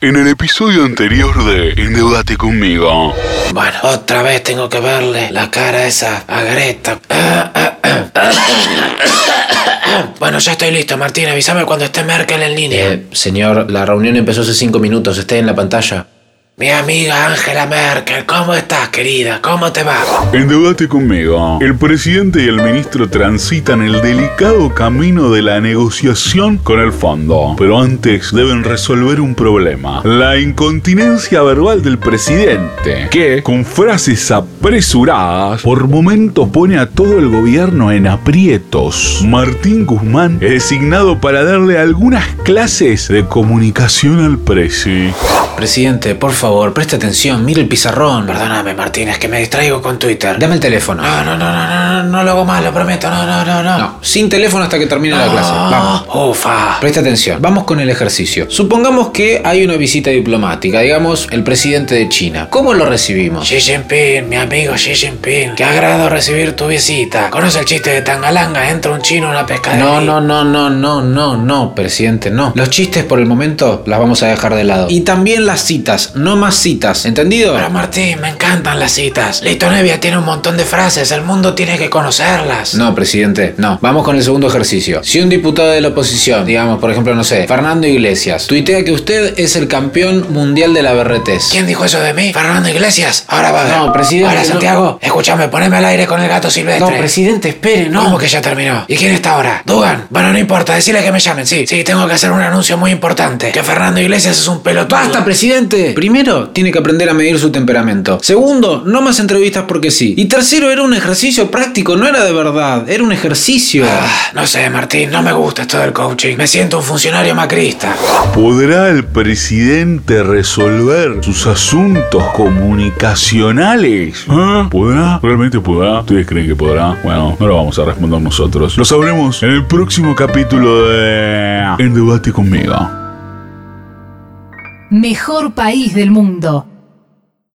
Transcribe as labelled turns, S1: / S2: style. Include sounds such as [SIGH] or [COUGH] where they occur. S1: En el episodio anterior de Endeudate conmigo.
S2: Bueno, otra vez tengo que verle la cara esa a Greta. [COUGHS] Bueno, ya estoy listo, Martín. Avísame cuando esté Merkel en línea.
S3: Eh, señor, la reunión empezó hace cinco minutos. Está en la pantalla.
S2: Mi amiga Angela Merkel, ¿cómo estás, querida? ¿Cómo te va?
S1: Endeudate conmigo. El presidente y el ministro transitan el delicado camino de la negociación con el fondo, pero antes deben resolver un problema. La incontinencia verbal del presidente, que con frases apresuradas por momentos pone a todo el gobierno en aprietos. Martín Guzmán es designado para darle algunas clases de comunicación al presi.
S3: Presidente, por favor, preste atención. Mire el pizarrón.
S2: Perdóname, Martín, es que me distraigo con Twitter.
S3: Dame el teléfono.
S2: No, no, no, no, no, no, no lo hago más, lo prometo. No, no, no, no.
S3: No, sin teléfono hasta que termine la clase. Vamos.
S2: Oh, ufa.
S3: Presta atención, vamos con el ejercicio. Supongamos que hay una visita diplomática, digamos el presidente de China. ¿Cómo lo recibimos?
S2: Xi Jinping, mi amigo Xi Jinping. Qué agrado recibir tu visita. ¿Conoce el chiste de Tangalanga? Entra un chino a una pescadería.
S3: No, no, no, no, no, no, no, presidente, no. Los chistes por el momento las vamos a dejar de lado. Y también las citas, no más citas, ¿entendido?
S2: Pero Martín, me encantan las citas. Lito Nevia tiene un montón de frases, el mundo tiene que conocerlas.
S3: No, presidente, no. Vamos con el segundo ejercicio. Si un diputado de la oposición, digamos, por ejemplo, no sé, Fernando Iglesias, tuitea que usted es el campeón mundial de la berretez.
S2: ¿Quién dijo eso de mí? Fernando Iglesias. Ahora va a ver.
S3: No, presidente,
S2: Ahora,
S3: no.
S2: Santiago, escúchame, poneme al aire con el gato silvestre.
S3: presidente, espere,
S2: este? ¿Cómo que ya terminó? ¿Y quién está ahora? ¿Dugan? Bueno, no importa, decirle que me llamen, sí. Sí, tengo que hacer un anuncio muy importante. Que Fernando Iglesias es un pelotudo.
S3: ¡Basta, presidente! Primero, tiene que aprender a medir su temperamento. Segundo, no más entrevistas porque sí. Y tercero, era un ejercicio práctico, no era de verdad, era un ejercicio.
S2: Ah, No sé, Martín, no me gusta esto del coaching. Me siento un funcionario macrista.
S1: ¿Podrá el presidente resolver sus asuntos comunicacionales? ¿Ah? ¿Podrá? ¿Realmente podrá? ¿Ustedes creen que podrá? Bueno, no lo vamos a responder nosotros. Lo sabremos en el próximo capítulo de En debate conmigo.
S4: Mejor país del mundo.